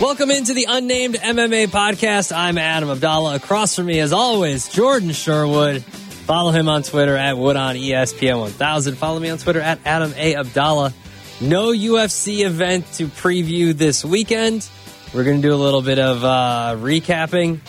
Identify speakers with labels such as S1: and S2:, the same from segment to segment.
S1: Welcome into the Unnamed MMA Podcast. I'm Adam Abdallah. Across from me, as always, Jordan Sherwood. Follow him on E Twitter at WoodOnESPN1000. Follow me on Twitter at Adam A. Abdallah. No UFC event to preview this weekend. We're going to do a little bit of uh, recapping,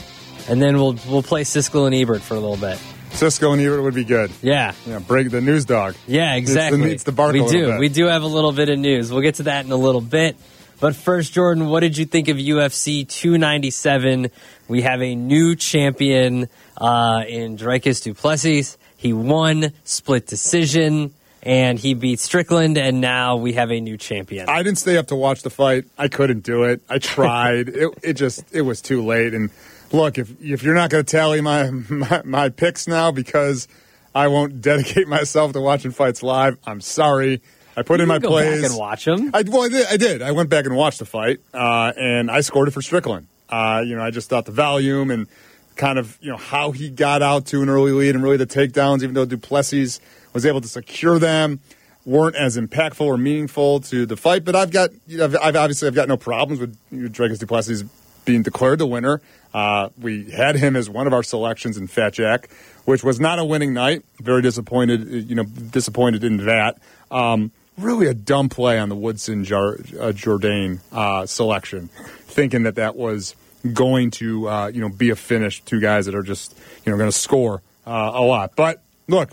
S1: and then we'll we'll play Siskel and Ebert for a little bit.
S2: Cisco and Ebert would be good.
S1: Yeah,
S2: Yeah, break the news dog.
S1: yeah, exactly.
S2: It's the, it's the bark a
S1: we
S2: little
S1: do.
S2: bit.
S1: We do have a little bit of news. We'll get to that in a little bit. But first, Jordan, what did you think of UFC 297? We have a new champion uh, in Drakus Duplessis. He won split decision, and he beat Strickland, and now we have a new champion.
S2: I didn't stay up to watch the fight. I couldn't do it. I tried. it, it just it was too late. And look, if if you're not going to tally my, my my picks now because I won't dedicate myself to watching fights live, I'm sorry. I put in
S1: You
S2: my
S1: go
S2: plays.
S1: back and watch him.
S2: I, well, I did, I did. I went back and watched the fight, uh, and I scored it for Strickland. Uh, you know, I just thought the volume and kind of you know how he got out to an early lead and really the takedowns, even though Duplessis was able to secure them, weren't as impactful or meaningful to the fight. But I've got, you know, I've, I've obviously I've got no problems with you know, Dragos Duplessis being declared the winner. Uh, we had him as one of our selections in Fat Jack, which was not a winning night. Very disappointed, uh, you know, disappointed in that. Um, really a dumb play on the Woodson Jar- uh, Jourdain uh, selection, thinking that that was going to uh, you know be a finish. Two guys that are just you know going to score uh, a lot. But look,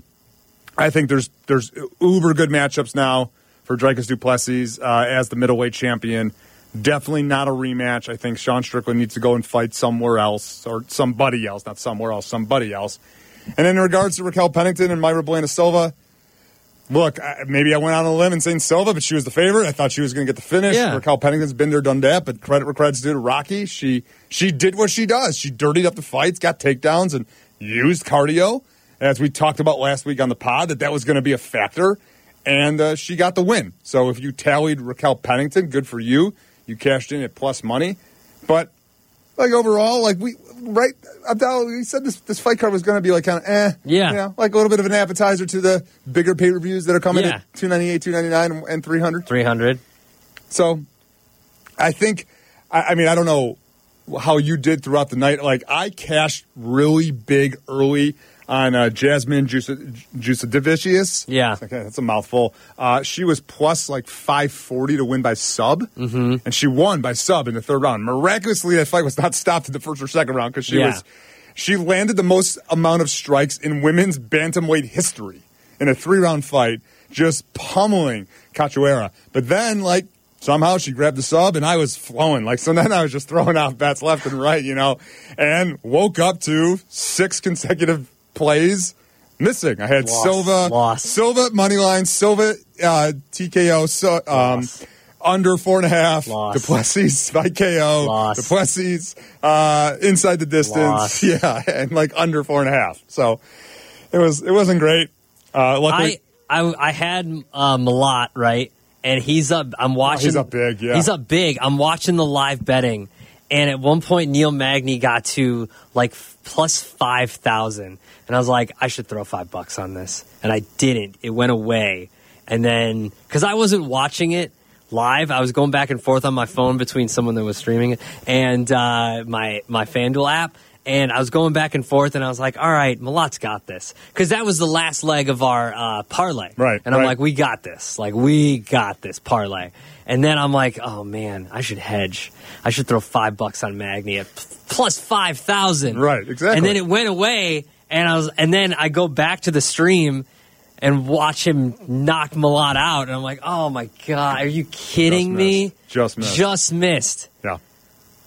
S2: I think there's there's uber good matchups now for Dreykus Duplessis uh, as the middleweight champion. Definitely not a rematch. I think Sean Strickland needs to go and fight somewhere else or somebody else, not somewhere else, somebody else. And in regards to Raquel Pennington and Myra Blana Silva, look, I, maybe I went out on a limb and saying Silva, but she was the favorite. I thought she was going to get the finish.
S1: Yeah.
S2: Raquel Pennington's been there, done that. But credit where credit's due to Rocky. She she did what she does. She dirtied up the fights, got takedowns, and used cardio, as we talked about last week on the pod, that that was going to be a factor. And uh, she got the win. So if you tallied Raquel Pennington, good for you. You cashed in at plus money. But like overall, like we right Abdal, we said this this fight card was going to be like kind of eh,
S1: Yeah.
S2: you know, like a little bit of an appetizer to the bigger pay per views that are coming
S1: Yeah.
S2: at two ninety eight, two ninety nine, and three hundred.
S1: 300.
S2: So I think, I, I mean, I don't know how you did throughout the night. Like, I cashed really big early on uh, Jasmine Jusadivicius.
S1: Yeah.
S2: Okay, that's a mouthful. Uh, she was plus like 540 to win by sub, mm-hmm. and she won by sub in the third round. Miraculously, that fight was not stopped in the first or second round because she
S1: Yeah.
S2: was. She landed the most amount of strikes in women's bantamweight history in a three round fight, just pummeling Cachoeira. But then, like, somehow she grabbed the sub and I was flowing. Like, so then I was just throwing out bats left and right, you know, and woke up to six consecutive plays missing. I had
S1: Loss.
S2: Silva,
S1: Loss.
S2: Silva, money line, Silva, uh, TKO, so, um,
S1: Loss.
S2: under four and a half,
S1: Loss.
S2: Duplessis by KO,
S1: Loss.
S2: Duplessis uh, inside the
S1: Loss.
S2: distance, yeah, and like under four and a half. So it was it wasn't great. Uh, luckily,
S1: I, I I had uh, Malat right, and he's up. I'm watching.
S2: Oh, he's up big, yeah.
S1: he's up big. I'm watching the live betting, and at one point Neil Magny got to like f- plus five thousand, and I was like, I should throw five bucks on this, and I didn't. It went away, and then because I wasn't watching it live, I was going back and forth on my phone between someone that was streaming it and uh, my my FanDuel app. And I was going back and forth, and I was like, "All right, Malat's got this," because that was the last leg of our uh, parlay.
S2: Right,
S1: And I'm
S2: right.
S1: like, we got this. Like, we got this parlay. And then I'm like, oh man, I should hedge. I should throw five bucks on Magni at p- plus 5,000.
S2: Right, exactly.
S1: And then it went away. And I was, and then I go back to the stream and watch him knock Malat out. And I'm like, oh my God, are you kidding me?
S2: Just missed.
S1: Just missed
S2: yeah,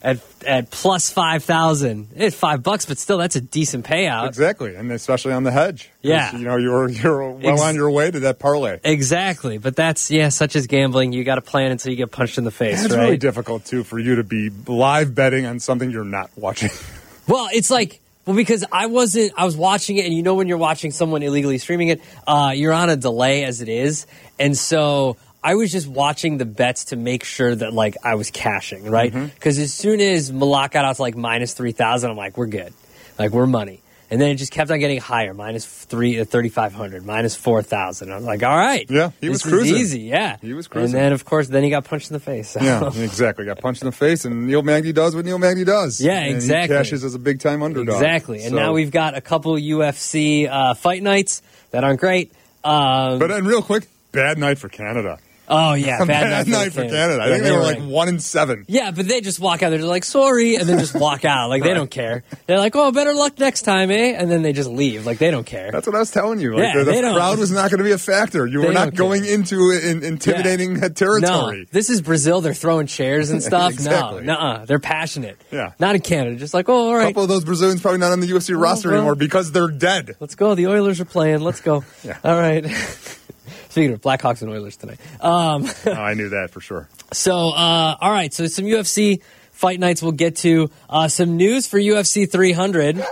S1: at, at plus 5,000. It's five bucks, but still, that's a decent payout.
S2: exactly, and especially on the hedge. 'Cause,
S1: Yeah.
S2: you know you were you're well
S1: Ex-
S2: on your way to that parlay.
S1: Exactly, but that's yeah. Such as gambling, you got to plan until you get punched in the face.
S2: It's
S1: right?
S2: really difficult too for you to be live betting on something you're not watching.
S1: Well, it's like well because I wasn't. I was watching it, and you know when you're watching someone illegally streaming it, uh, you're on a delay as it is, and so I was just watching the bets to make sure that like I was cashing
S2: Mm-hmm.
S1: right because as soon as Malak got out to like minus three thousand, I'm like we're good, like we're money. And then it just kept on getting higher, minus three, uh, 3,500, minus 4,000. I'm like, all right.
S2: Yeah, he
S1: this
S2: was cruising.
S1: Is easy, yeah.
S2: He was cruising.
S1: And then, of course, then he got punched in the face. so.
S2: Yeah, exactly. Got punched in the face, and Neil Magny does what Neil Magny does.
S1: Yeah,
S2: And he
S1: exactly.
S2: cashes as a big time underdog.
S1: Exactly. And
S2: So-
S1: now we've got a couple UFC uh, fight nights that aren't great. Um,
S2: But and real quick, bad night for Canada.
S1: oh, yeah. Bad,
S2: Bad night for Canada. I
S1: Yeah,
S2: think they were like
S1: like-
S2: one in seven.
S1: Yeah, but they just walk out. They're just like, sorry, and then just walk out. Like, they don't care. They're like, oh, better luck next time, eh? And then they just leave. Like, they don't care.
S2: That's what I was telling you. Like
S1: Yeah,
S2: the,
S1: they
S2: the
S1: don't-
S2: crowd was not going to be a factor. You
S1: They
S2: were not
S1: don't care.
S2: going into in, intimidating territory.
S1: No, this is Brazil. They're throwing chairs and stuff.
S2: Exactly.
S1: No, uh They're passionate.
S2: Yeah.
S1: Not in Canada. Just like, oh, all
S2: A
S1: right.
S2: couple of those Brazilians probably not on the UFC roster
S1: Oh, well.
S2: anymore because they're dead.
S1: Let's go. The Oilers are playing. Let's go.
S2: Yeah.
S1: All right. Speaking of Blackhawks and Oilers tonight. Um,
S2: Oh, I knew that for sure.
S1: so, uh, all right. So, some UFC fight nights we'll get to. Uh, some news for UFC 300.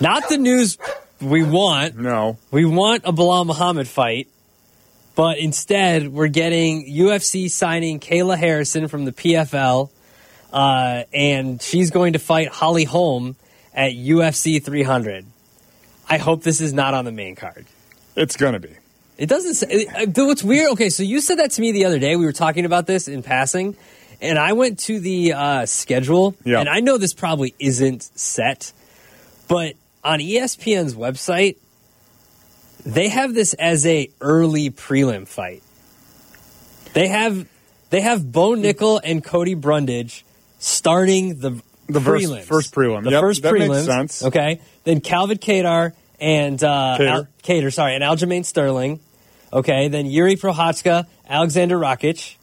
S1: Not the news we want.
S2: No,
S1: We want a Bilal Muhammad fight, but instead we're getting UFC signing Kayla Harrison from the PFL, uh, and she's going to fight Holly Holm at UFC 300. I hope this is not on the main card.
S2: it's gonna be.
S1: It doesn't say. It, I- though it's weird. Okay, so you said that to me the other day. We were talking about this in passing, and I went to the uh, schedule.
S2: Yeah.
S1: And I know this probably isn't set, but on E ESPN's website, they have this as a early prelim fight. They have they have Bo Nickel and Cody Brundage starting the
S2: The first-
S1: prelims.
S2: first prelim.
S1: The
S2: Yep,
S1: first
S2: that makes
S1: prelims.
S2: sense.
S1: Okay. Then Calvin Kadar and uh,
S2: Cater.
S1: Al- Cater, sorry, and Aljamain Sterling. Okay. Then Yuri Prohatska, Alexander Rakic,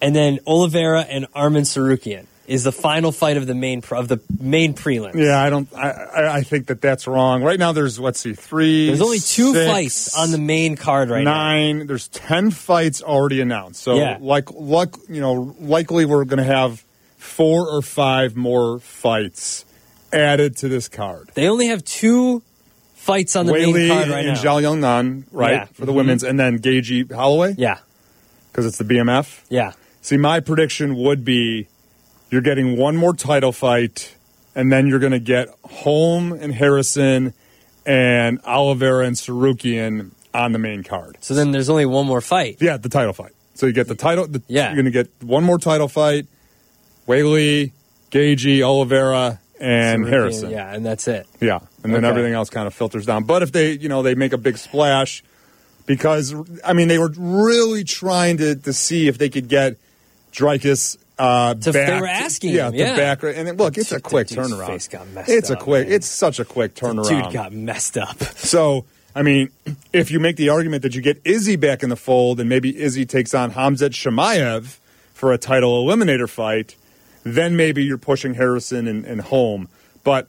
S1: and then Oliveira and Armin Sarukian is the final fight of the main pre- of the main prelims.
S2: Yeah, I don't. I, I I think that that's wrong. Right now, there's let's see, three.
S1: There's only two
S2: six,
S1: fights on the main card right now.
S2: nine. There's ten fights already announced. So
S1: Yeah.
S2: like luck, you know, likely we're gonna have four or five more fights added to this card.
S1: They only have two fights on the main
S2: Whaley
S1: card right
S2: and
S1: now.
S2: Zhao Young Nan, right,
S1: Yeah.
S2: for the women's, and then Gagey Holloway
S1: yeah,
S2: because it's the BMF.
S1: yeah.
S2: See, my prediction would be you're getting one more title fight, and then you're going to get Holm and Harrison and Oliveira and Sarukian on the main card.
S1: So then there's only one more fight.
S2: Yeah, the title fight. So you get the title. The,
S1: Yeah.
S2: You're going to get one more title fight Whaley, Gagey, Oliveira, and
S1: Sarukian,
S2: Harrison.
S1: Yeah, and that's it.
S2: Yeah, and then
S1: Okay.
S2: everything else kind of filters down. But if they, you know, they make a big splash, because I mean, they were really trying to to see if they could get Dreykus. Uh,
S1: To-
S2: back
S1: they were asking
S2: yeah,
S1: him,
S2: to
S1: yeah.
S2: back, and then, look, it's a
S1: Dude,
S2: quick
S1: the dude's
S2: turnaround.
S1: face got messed
S2: it's a
S1: up,
S2: quick,
S1: man.
S2: it's such a quick turnaround.
S1: Dude got messed up.
S2: So, I mean, if you make the argument that you get Izzy back in the fold and maybe Izzy takes on Hamzat Shemaev for a title eliminator fight, then maybe you're pushing Harrison and, and home. But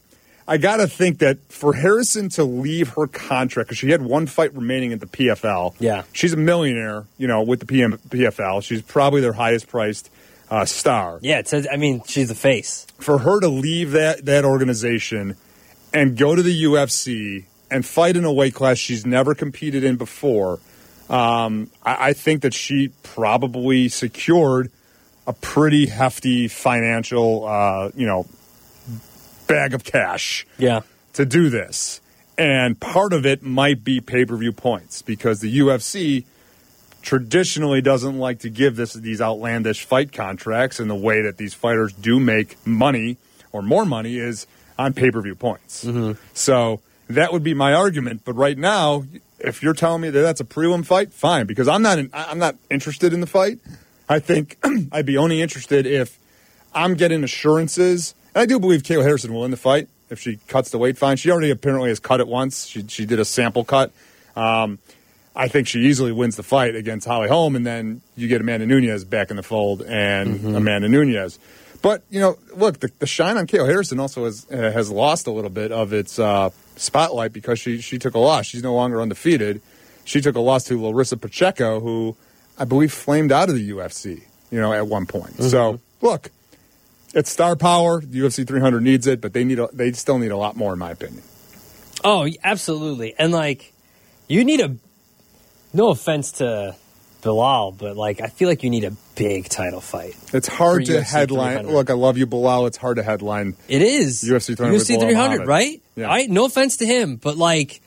S2: I got to think that for Harrison to leave her contract, because she had one fight remaining at the PFL.
S1: Yeah.
S2: She's a millionaire, you know, with the PM, PFL. She's probably their highest priced uh, star
S1: Yeah, it says. I mean, she's the face.
S2: for her to leave that that organization and go to the UFC and fight in a weight class she's never competed in before, um, I, I think that she probably secured a pretty hefty financial, uh, you know, bag of cash
S1: Yeah,
S2: to do this. And part of it might be pay per view points because the UFC traditionally doesn't like to give this these outlandish fight contracts. And the way that these fighters do make money or more money is on pay per view points. So that would be my argument. But right now, if you're telling me that that's a prelim fight, fine, because I'm not in, I- I'm not interested in the fight. I think I'd be only interested if I'm getting assurances. And I do believe Kayla Harrison will win the fight if she cuts the weight fine. She already apparently has cut it once. She she did a sample cut. Um, I think she easily wins the fight against Holly Holm, and then you get Amanda Nunez back in the fold and Amanda Nunez. But you know, look, the, the shine on Kayla Harrison also has uh, has lost a little bit of its uh, spotlight because she she took a loss. She's no longer undefeated. She took a loss to Larissa Pacheco, who I believe flamed out of the UFC. You know, at one point. So look, it's star power. The UFC 300 needs it, but they need a, they still need a lot more, in my opinion.
S1: Oh, absolutely. And like, you need a. No offense to Bilal, but like I feel like you need a big title fight.
S2: It's hard
S1: For
S2: to
S1: UFC
S2: headline.
S1: 300.
S2: Look, I love you, Bilal. It's hard to headline.
S1: It is
S2: UFC 300 with
S1: UFC
S2: Bilal
S1: 300,
S2: Muhammad.
S1: right?
S2: Yeah.
S1: I no offense to him, but like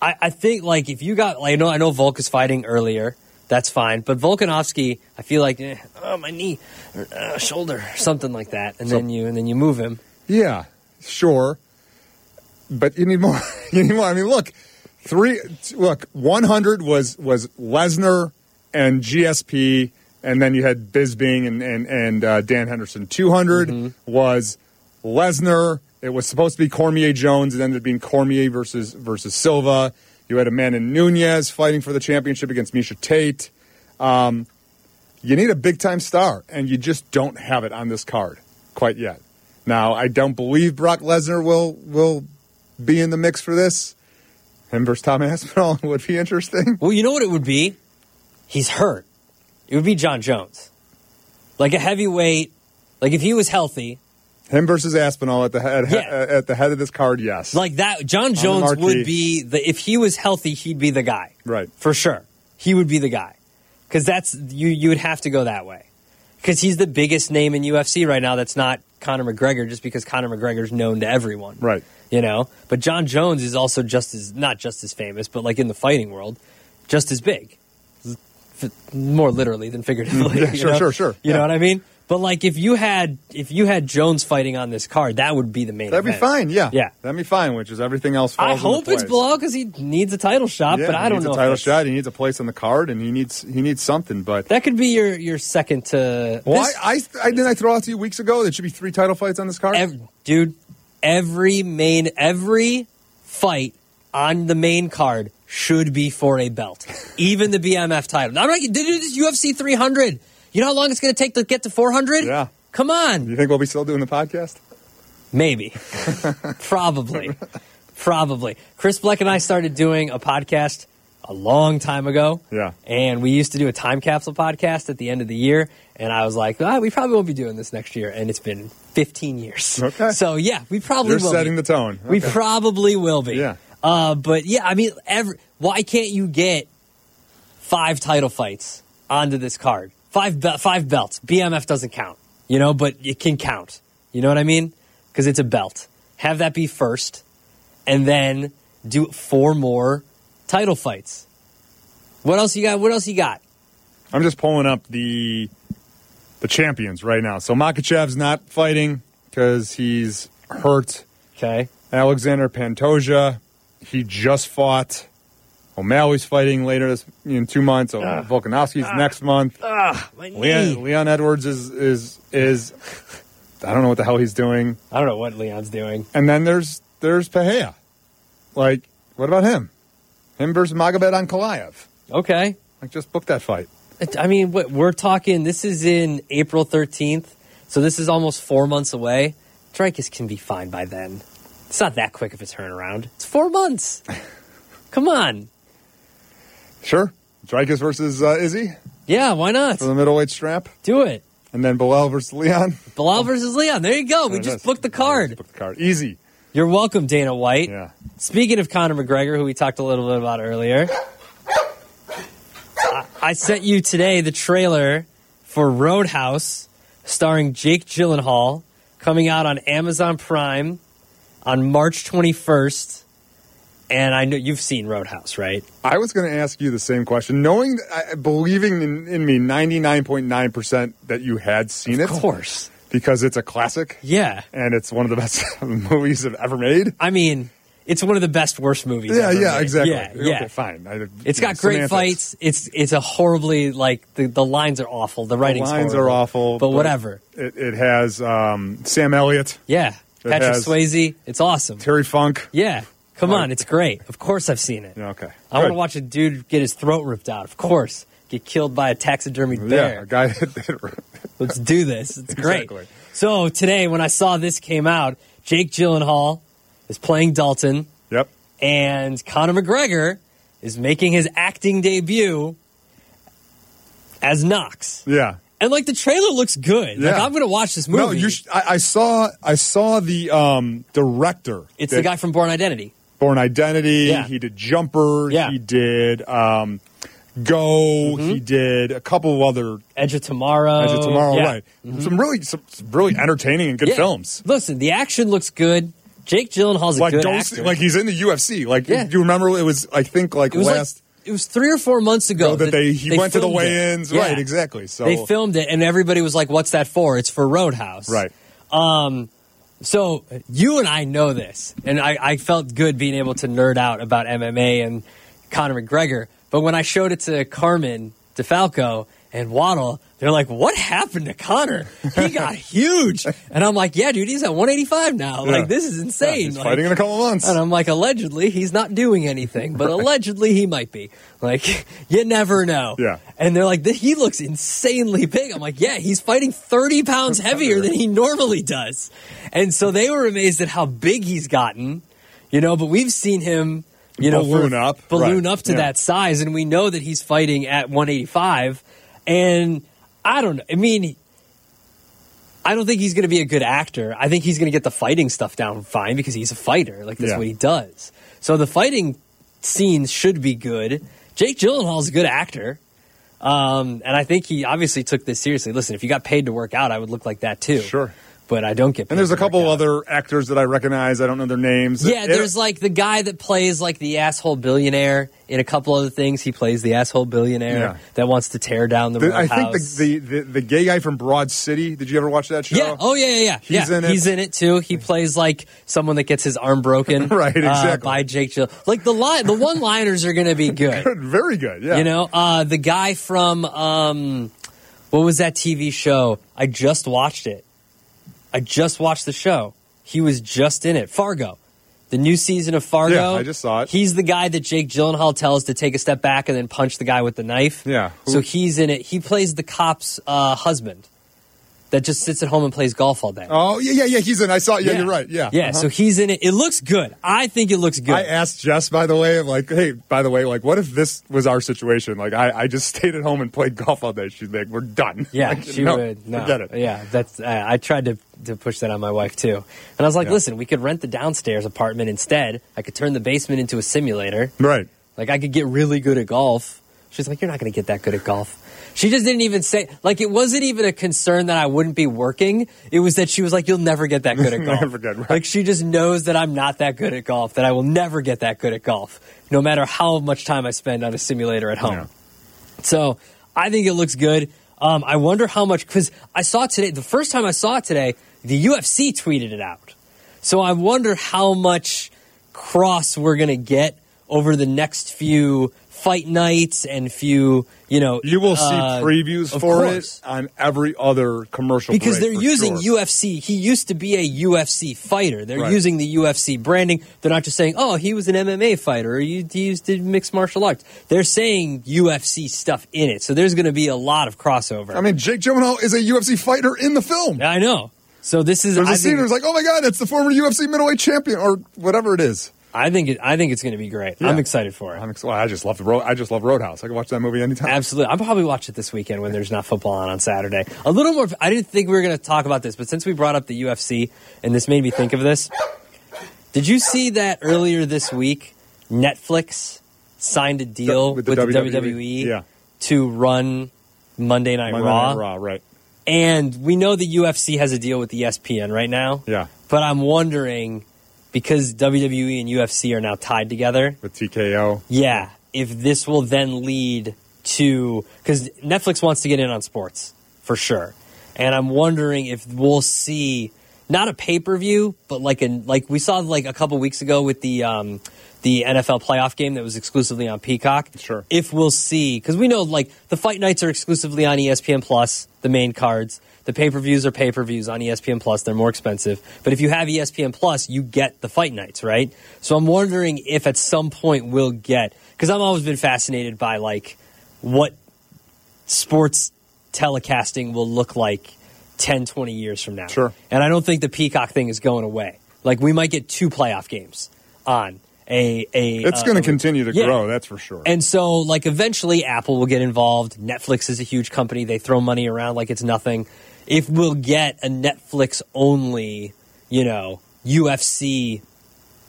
S1: I, I think like if you got like I know I know Volk is fighting earlier, that's fine. But Volkanovski, I feel like eh, oh my knee, or, uh, shoulder, or something like that, and
S2: So-
S1: then you and then you move him.
S2: Yeah, sure. But you need more. you need more. I mean, look, three. Look, one hundred was was Lesnar and GSP, and then you had Bisbing and and and uh, Dan Henderson. Two was Lesnar. It was supposed to be Cormier Jones. It ended up being Cormier versus versus Silva. You had Amanda Nunez fighting for the championship against Misha Tate. You need a big time star, and you just don't have it on this card quite yet. Now, I don't believe Brock Lesnar will will be in the mix for this. Him versus Tom Aspinall would be interesting.
S1: Well, you know what it would be? He's hurt. It would be John Jones, like a heavyweight. Like if he was healthy,
S2: Him versus Aspinall at the head
S1: Yeah.
S2: at the head of this card. Yes,
S1: like that. John Jones
S2: marquee.
S1: would be the if he was healthy, he'd be the guy.
S2: right.
S1: for sure. He would be the guy because that's you. You would have to go that way because he's the biggest name in UFC right now. That's not Conor McGregor, just because Conor McGregor's known to everyone,
S2: Right.
S1: You know, but John Jones is also just as not just as famous, but like in the fighting world, just as big, F- more literally than figuratively.
S2: Mm, yeah,
S1: you
S2: sure,
S1: know?
S2: sure, sure.
S1: You know
S2: Yeah.
S1: what I mean? But like, if you had if you had Jones fighting on this card, that would be the main.
S2: That'd be
S1: event.
S2: fine. Yeah,
S1: Yeah.
S2: That'd be fine. Which is everything else. Falls
S1: I
S2: into
S1: hope it's
S2: place.
S1: Bilal because he needs a title shot,
S2: Yeah,
S1: but I
S2: he
S1: don't
S2: needs
S1: know.
S2: a
S1: if
S2: title
S1: it's-
S2: shot. He needs a place on the card, and he needs he needs something. But
S1: That could be your your second to.
S2: well,
S1: this-
S2: I, I, I didn't I throw out to you weeks ago. There should be three title fights on this card.
S1: ev- dude, every main every fight on the main card should be for a belt, even the BMF title. Now, I'm not. Did this UFC 300? You know how long it's going to take to get to 400?
S2: Yeah.
S1: Come on.
S2: you think we'll be still doing the podcast?
S1: Maybe. Probably. Probably. Chris Bleck and I started doing a podcast a long time ago.
S2: Yeah.
S1: And we used to do a time capsule podcast at the end of the year. And I was like, ah, we probably won't be doing this next year. And it's been 15 years.
S2: Okay.
S1: So, yeah, we probably
S2: You're
S1: will
S2: setting
S1: be.
S2: the tone.
S1: We
S2: Okay.
S1: probably will be.
S2: Yeah.
S1: Uh, but, yeah, I mean, every, why can't you get five title fights onto this card. Five be- five belts. BMF doesn't count, you know, but it can count. You know what I mean? Because it's a belt. Have that be first, and then do four more title fights. What else you got? What else you got?
S2: I'm just pulling up the the champions right now. So Makachev's not fighting because he's hurt.
S1: Okay.
S2: Alexander Pantoja, he just fought. O'Malley's fighting later this in two months. So Volkanovski's next month.
S1: My knee.
S2: Leon, Leon Edwards is is is I don't know what the hell he's doing.
S1: I don't know what Leon's doing.
S2: And then there's there's Pahea. Like, what about him? Him versus Magomed Ankalaev.
S1: Okay.
S2: Like, just book that fight.
S1: It- I mean, what we're talking. This is in April thirteenth, so this is almost four months away. Dreykus can be fine by then. It's not that quick of a turnaround. It's four months. Come on,
S2: Sure. Dreykus versus uh, Izzy
S1: yeah, why not?
S2: for the middleweight strap.
S1: Do it.
S2: And then Bilal versus Leon.
S1: Bilal versus Leon. There you go. We
S2: There it is.
S1: just booked the
S2: Yeah,
S1: card.
S2: Book the card. Easy.
S1: You're welcome, Dana White.
S2: Yeah.
S1: Speaking of Conor McGregor, who we talked a little bit about earlier, I, I sent you today the trailer for Roadhouse, starring Jake Gyllenhaal, coming out on Amazon Prime on March 21st. And I know you've seen Roadhouse, right?
S2: I was going to ask you the same question, knowing, I- believing in, in me 99.9% that you had seen
S1: Of
S2: it
S1: course.
S2: because it's a classic
S1: Yeah.
S2: and it's one of the best movies I've ever made.
S1: I mean, it's one of the best worst movies.
S2: Yeah,
S1: ever
S2: yeah,
S1: made.
S2: exactly.
S1: Yeah,
S2: okay,
S1: yeah.
S2: fine. I,
S1: It's got great fights. It's it's a horribly like the, the lines are awful. The
S2: The
S1: writing's
S2: lines
S1: horrible.
S2: are awful.
S1: but, whatever.
S2: It, it has um, Sam Elliott,
S1: Yeah,
S2: It
S1: Patrick
S2: has-
S1: Swayze. It's awesome.
S2: Terry Funk.
S1: Yeah, come
S2: Right.
S1: on, it's great. Of course, I've seen it.
S2: Yeah, okay.
S1: I want to
S2: Good.
S1: watch a dude get his throat ripped out. Of course, get killed by a taxidermied
S2: Yeah,
S1: bear.
S2: a guy that
S1: Let's do this. It's great.
S2: Exactly.
S1: So today, when I saw this came out, Jake Gyllenhaal is playing Dalton.
S2: Yep.
S1: and Conor McGregor is making his acting debut as Knox.
S2: Yeah.
S1: And like the trailer looks good. Like
S2: Yeah.
S1: I'm gonna watch this movie.
S2: No, you. Sh- I, I saw. I saw the um, director.
S1: it's
S2: that-
S1: the guy from Born Identity.
S2: Born Identity.
S1: Yeah. Mm-hmm.
S2: He did Jumper.
S1: Yeah.
S2: He did. Um, Go. He did a couple of other
S1: Edge of Tomorrow.
S2: Edge of Tomorrow.
S1: Oh, Yeah. Mm-hmm.
S2: Right. Some really, some, some really entertaining and good
S1: Yeah.
S2: films.
S1: Listen, the action looks good. Jake Gyllenhaal's a
S2: Like
S1: good
S2: don't
S1: actor.
S2: like he's in the UFC. Like
S1: Yeah.
S2: do you remember it was I think like
S1: it was
S2: last
S1: like it was three or four months ago
S2: that they he went to the
S1: filmed it.
S2: weigh-ins.
S1: Yeah.
S2: Right. Exactly. So
S1: They filmed it, and everybody was like, "What's that for?" It's for Roadhouse,
S2: right.
S1: So you and I know this, and I, I felt good being able to nerd out about MMA and Conor McGregor. But when I showed it to Carmen DeFalco and Waddle, they're like, "What happened to Connor? He got huge." And I'm like, "Yeah, dude, he's at 185 now.
S2: Yeah.
S1: Like, this is
S2: Yeah,
S1: insane."
S2: he's
S1: Like,
S2: fighting in a couple months.
S1: and I'm like, allegedly, he's not doing anything, but allegedly he might be. Like, you never know.
S2: Yeah.
S1: And they're like, he looks insanely big. I'm like, yeah, he's fighting 30 pounds heavier than he normally does. And so they were amazed at how big he's gotten, you know, but we've seen him, you know,
S2: Balloon up,
S1: balloon
S2: right,
S1: up to
S2: yeah.
S1: that size. And we know that he's fighting at 185. And I don't know. I mean, I don't think he's going to be a good actor. I think he's going to get the fighting stuff down fine because he's a fighter. Like that's
S2: Yeah.
S1: what he does. So the fighting scenes should be good. Jake Gyllenhaal's a good actor, um, and I think he obviously took this seriously. Listen, if you got paid to work out, I would look like that too.
S2: Sure.
S1: but I don't get. Paid
S2: And there's
S1: to
S2: a
S1: work
S2: couple
S1: out.
S2: other actors that I recognize. I don't know their names.
S1: Yeah,
S2: It-
S1: there's like the guy that plays like the asshole billionaire in a couple other things. He plays the asshole billionaire
S2: Yeah.
S1: that wants to tear down the.
S2: the- I think
S1: Roadhouse.
S2: the, the, the, the gay guy from Broad City. Did you ever watch that show?
S1: Yeah. Oh, yeah, yeah, yeah.
S2: He's
S1: yeah.
S2: in it.
S1: He's in it too. He plays like someone that gets his arm broken,
S2: Right,
S1: uh,
S2: exactly.
S1: by Jake Jill. Like the li- the one liners are going to be good.
S2: Good, very good. Yeah.
S1: You know, uh, the guy from um, what was that TV show? I just watched it. I just watched the show. He was just in it. Fargo. The new season of Fargo.
S2: Yeah, I just saw it.
S1: He's the guy that Jake Gyllenhaal tells to take a step back and then punch the guy with the knife.
S2: Yeah.
S1: So he's in it. He plays the cop's uh, husband that just sits at home and plays golf all day.
S2: Oh yeah, yeah, yeah. He's in. I saw. Yeah, you're right. Yeah.
S1: Yeah,
S2: Uh-huh.
S1: so he's in it. It looks good. I think it looks good.
S2: I asked Jess, by the way, like, hey, by the way, like, what if this was our situation? Like, I, I just stayed at home and played golf all day. She's like, we're done.
S1: Yeah,
S2: Like,
S1: she would. No,
S2: Forget it.
S1: Yeah, that's. Uh, I tried to to push that on my wife too, and I was like,
S2: Yeah.
S1: "Listen, we could rent the downstairs apartment instead. I could turn the basement into a simulator.
S2: Right.
S1: Like, I could get really good at golf." She's like, "You're not going to get that good at golf." She just didn't even say. Like, it wasn't even a concern that I wouldn't be working. It was that she was like, "You'll never get that good at golf."
S2: Never good, right.
S1: Like, she just knows that I'm not that good at golf. That I will never get that good at golf, no matter how much time I spend on a simulator at home.
S2: Yeah.
S1: So I think it looks good. Um, I wonder how much because I saw today the first time I saw it today, the UFC tweeted it out. So I wonder how much cross we're gonna get over the next few fight nights and few you know
S2: You will see
S1: uh,
S2: previews
S1: of
S2: for
S1: course.
S2: it on every other commercial
S1: because
S2: break,
S1: they're
S2: for
S1: using
S2: sure.
S1: UFC. He used to be a UFC fighter. They're
S2: Right.
S1: using the UFC branding. They're not just saying, "Oh, he was an MMA fighter," or "You he used to mixed martial arts." They're saying UFC stuff in it. So there's going to be a lot of crossover.
S2: I mean, Jake Gyllenhaal is a UFC fighter in the film.
S1: I know. So this is.
S2: There's a
S1: I
S2: scene
S1: think,
S2: where it's like, oh my god, it's the former UFC middleweight champion or whatever it is.
S1: I think. It, I think it's going to be great.
S2: Yeah.
S1: I'm excited for it.
S2: I'm ex- well, I just love the road. I just love Roadhouse. I can watch that movie anytime.
S1: Absolutely. I'll probably watch it this weekend when there's not football on on Saturday. A little more. I didn't think we were going to talk about this, but since we brought up the UFC and this made me think of this, did you see that earlier this week? Netflix signed a deal
S2: with
S1: with
S2: the
S1: the, E.
S2: WWE?
S1: WWE,
S2: Yeah.
S1: to run Monday Night,
S2: Monday
S1: Raw.
S2: Night Raw, right?
S1: And we know the UFC has a deal with E ESPN right now.
S2: Yeah,
S1: But I'm wondering because WWE and UFC are now tied together.
S2: with TKO.
S1: Yeah, if this will then lead to because Netflix wants to get in on sports for sure, and I'm wondering if we'll see not a pay per view, but like an like we saw like a couple weeks ago with the um, the NFL playoff game that was exclusively on Peacock.
S2: Sure.
S1: if we'll see because we know like the fight nights are exclusively on E ESPN Plus, the main cards. The pay per views are pay per views on E ESPN Plus. They're more expensive. But if you have E ESPN Plus, you get the fight nights, right? So I'm wondering if at some point we'll get, because I've always been fascinated by like what sports telecasting will look like 10, 20 years from now.
S2: Sure.
S1: And I don't think the Peacock thing is going away. Like we might get two playoff games on a. a
S2: It's
S1: uh,
S2: going
S1: a-
S2: to continue to
S1: yeah.
S2: grow. That's for sure.
S1: and so, like, eventually Apple will get involved. Netflix is a huge company. They throw money around like it's nothing. If we'll get a Netflix only, you know, UFC,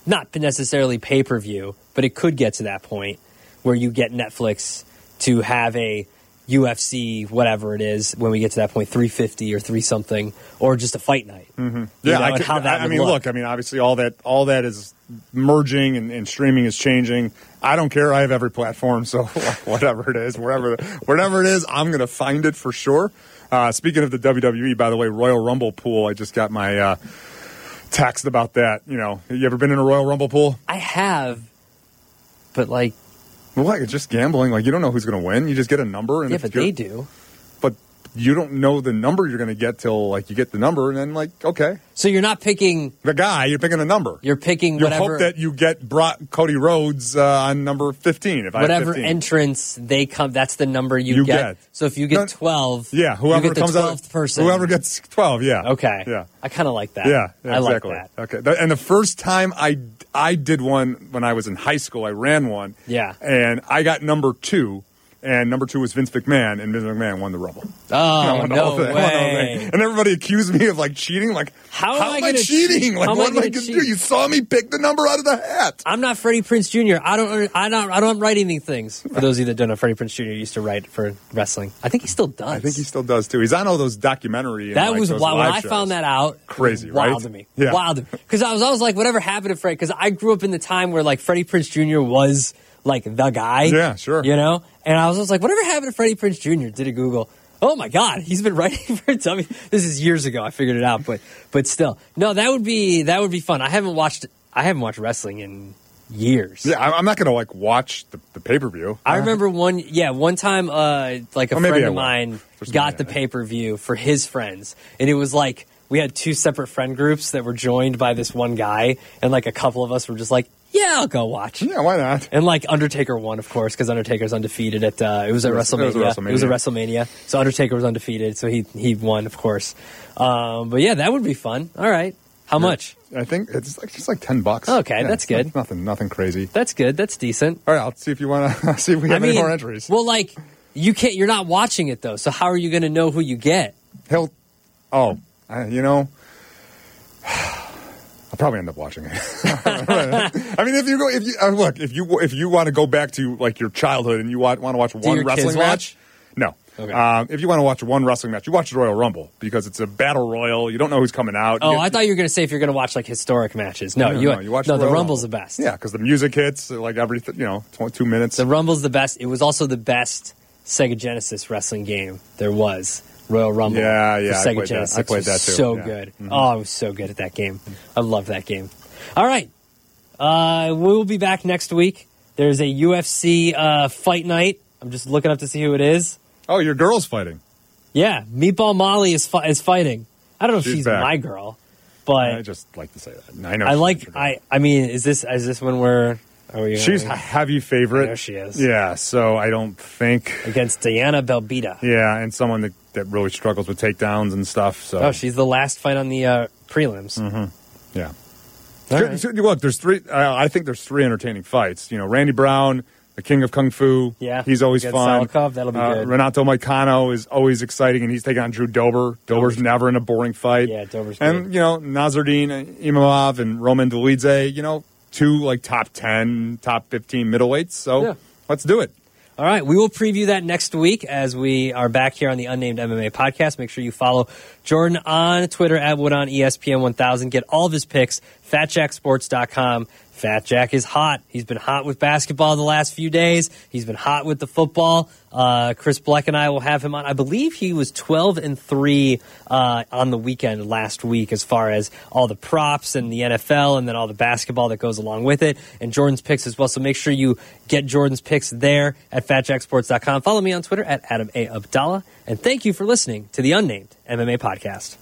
S1: not necessarily pay per view, but it could get to that point where you get Netflix to have a UFC, whatever it is, when we get to that point, 350 or 3 something, or just a fight night. Mm-hmm.
S2: Yeah, I, could- I, I mean, look. I mean, obviously, all that all that is merging and, and streaming is changing. I don't care. I have every platform, so whatever it is, wherever whatever it is, I'm gonna find it for sure. Uh, speaking of the WWE, by the way, Royal Rumble pool. I just got my uh, text about that. You know, you ever been in a Royal Rumble pool?
S1: I have, but like,
S2: What? It's just gambling. Like you don't know who's gonna win. You just get a number, and
S1: yeah,
S2: if
S1: but
S2: you're-
S1: they do.
S2: But you don't know the number you're gonna get till like you get the number, and then like okay,
S1: So you're not picking,
S2: the guy you're picking a number.
S1: you're picking
S2: You
S1: whatever,
S2: hope that you get Brock, Cody Rhodes uh, on number 15. If I have
S1: whatever
S2: 15.
S1: entrance they come, that's the number you,
S2: You
S1: get.
S2: get.
S1: So if you
S2: No,
S1: get 12,
S2: yeah,
S1: you
S2: whoever
S1: get the
S2: comes
S1: 12th
S2: out,
S1: person.
S2: whoever gets 12, yeah.
S1: Okay.
S2: Yeah.
S1: I kind of like that.
S2: Yeah,
S1: I like
S2: exactly.
S1: that.
S2: Okay, Th- and the first time I I did one when I was in high school, I ran one.
S1: Yeah.
S2: and I got number two, and number two was Vince McMahon, and Vince McMahon won the Rumble. I
S1: Oh,
S2: won the
S1: no
S2: whole thing, I won the whole thing.
S1: way.
S2: And everybody accused me of like cheating. Like,
S1: How am I
S2: am I,
S1: gonna
S2: cheating?
S1: cheat?
S2: Like,
S1: How am I
S2: what am
S1: gonna
S2: I going to do?
S1: cheat?
S2: You saw me pick the number out of the hat.
S1: I'm not Freddie Prince Jr. I don't. I don't. I don't write any things. For those of you that don't know, Freddie Prince Jr. used to write for wrestling. I think he still does.
S2: I think he still does too. He's on all those documentary. and,
S1: That
S2: like,
S1: was
S2: those
S1: wild. When
S2: live
S1: I
S2: shows.
S1: found that out,
S2: Crazy,
S1: it was wild
S2: right?
S1: to me.
S2: Yeah.
S1: Wild to me. Because I was always like, whatever happened to Freddie? Because I grew up in the time where like Freddie Prince Jr. was like the guy.
S2: Yeah, sure.
S1: You know? And I was just like, whatever happened to Freddie Prince Jr.? Did a Google. Oh my God, he's been writing for Dummy. This is years ago. I figured it out, but but still, no, that would be that would be fun. I haven't watched I haven't watched wrestling in years.
S2: Yeah, I- I'm not gonna like watch the, the pay per view.
S1: I remember one, yeah, one time, uh, like a
S2: Uh, Or maybe
S1: friend
S2: I
S1: of
S2: will.
S1: mine
S2: There's
S1: got
S2: no-
S1: the pay per view for his friends, and it was like we had two separate friend groups that were joined by this one guy, and like a couple of us were just like, "Yeah, I'll go watch."
S2: Yeah, why not?
S1: And like Undertaker won, of course, because Undertaker's undefeated at uh, it was at
S2: It was- it
S1: WrestleMania.
S2: was WrestleMania.
S1: It was a WrestleMania, so Undertaker was undefeated, so he he won, of course. Um, but yeah, that would be fun. All right, how much?
S2: I think it's like just like ten bucks.
S1: Okay, that's
S2: it's not-
S1: good.
S2: Nothing, nothing crazy.
S1: That's good. That's decent.
S2: All right, I'll see if you want to see if we have any more entries.
S1: Well, like you can't. You're not watching it though. So how are you going to know who you get?
S2: He'll. Oh, I, you know. I'll probably end up watching it. I mean, if you go, if you uh, look, if you if you want to go back to like your childhood and you want, want to watch one
S1: your kids
S2: wrestling match,
S1: watch?
S2: no.
S1: Okay.
S2: Um, if you want to watch one wrestling match, you watch the Royal Rumble because it's a battle royal. You don't know who's coming out.
S1: Oh,
S2: You-
S1: I thought you were going to say if you're going to watch like historic matches. No,
S2: No,
S1: you,
S2: no, you watch
S1: no
S2: the
S1: the,
S2: Royal
S1: Rumble's
S2: Rumble.
S1: the best.
S2: Yeah, because the music hits like every th- you know tw- two minutes.
S1: the Rumble's the best. It was also the best Sega Genesis wrestling game there was. Royal Rumble.
S2: Yeah,
S1: for
S2: yeah, I
S1: Sega
S2: played that. I
S1: Genesis
S2: played
S1: was
S2: that too,
S1: So
S2: yeah. Mm-hmm.
S1: good. Oh, I was so good at that game. I love that game. All right, uh, we'll be back next week. There's a UFC uh, fight night. I'm just looking up to see who it is.
S2: oh, your girl's fighting.
S1: Yeah, Meatball Molly is fi- is fighting. I don't know if
S2: She's
S1: she's,
S2: back. Uh,
S1: my girl,
S2: I
S1: but
S2: just like to say that. I know.
S1: I
S2: she's
S1: like
S2: your girl.
S1: I I mean, is this is this oh, when we're are we
S2: She's a heavy favorite.
S1: There she is.
S2: Yeah, so I don't think.
S1: against Diana Belbita?
S2: Yeah, and someone that, that really struggles with takedowns and stuff. So
S1: Oh, she's the last fight on the uh, prelims.
S2: Mm-hmm. yeah.
S1: All
S2: Good-
S1: right.
S2: so, Look, there's three. Uh, I think there's three entertaining fights. You know, Randy Brown, the king of kung fu.
S1: Yeah,
S2: he's always
S1: against
S2: fun.
S1: Salakov, that'll be
S2: Uh,
S1: good.
S2: Renato Moicano is always exciting, and he's taking on Drew Dober. Dober's never in a boring fight.
S1: Yeah, Dober's
S2: and
S1: good.
S2: you know Nazardine Imamov and Roman Dolidze. You know, two like top ten, top fifteen middleweights. So
S1: Yeah.
S2: let's do it.
S1: All right, we will preview that next week as we are back here on the Unnamed MMA podcast. Make sure you follow Jordan on Twitter at Wood on E ESPN 1000. Get all of his picks, fatjacksports.com. Fat Jack is hot. He's been hot with basketball the last few days. He's been hot with the football. Uh, Chris Bleck and I will have him on. I believe he was 12 and 3 uh, on the weekend last week as far as all the props and the NFL and then all the basketball that goes along with it and Jordan's picks as well. So make sure you get Jordan's picks there at fatjacksports.com. Follow me on Twitter at Adam A. Abdallah. And thank you for listening to the Unnamed MMA Podcast.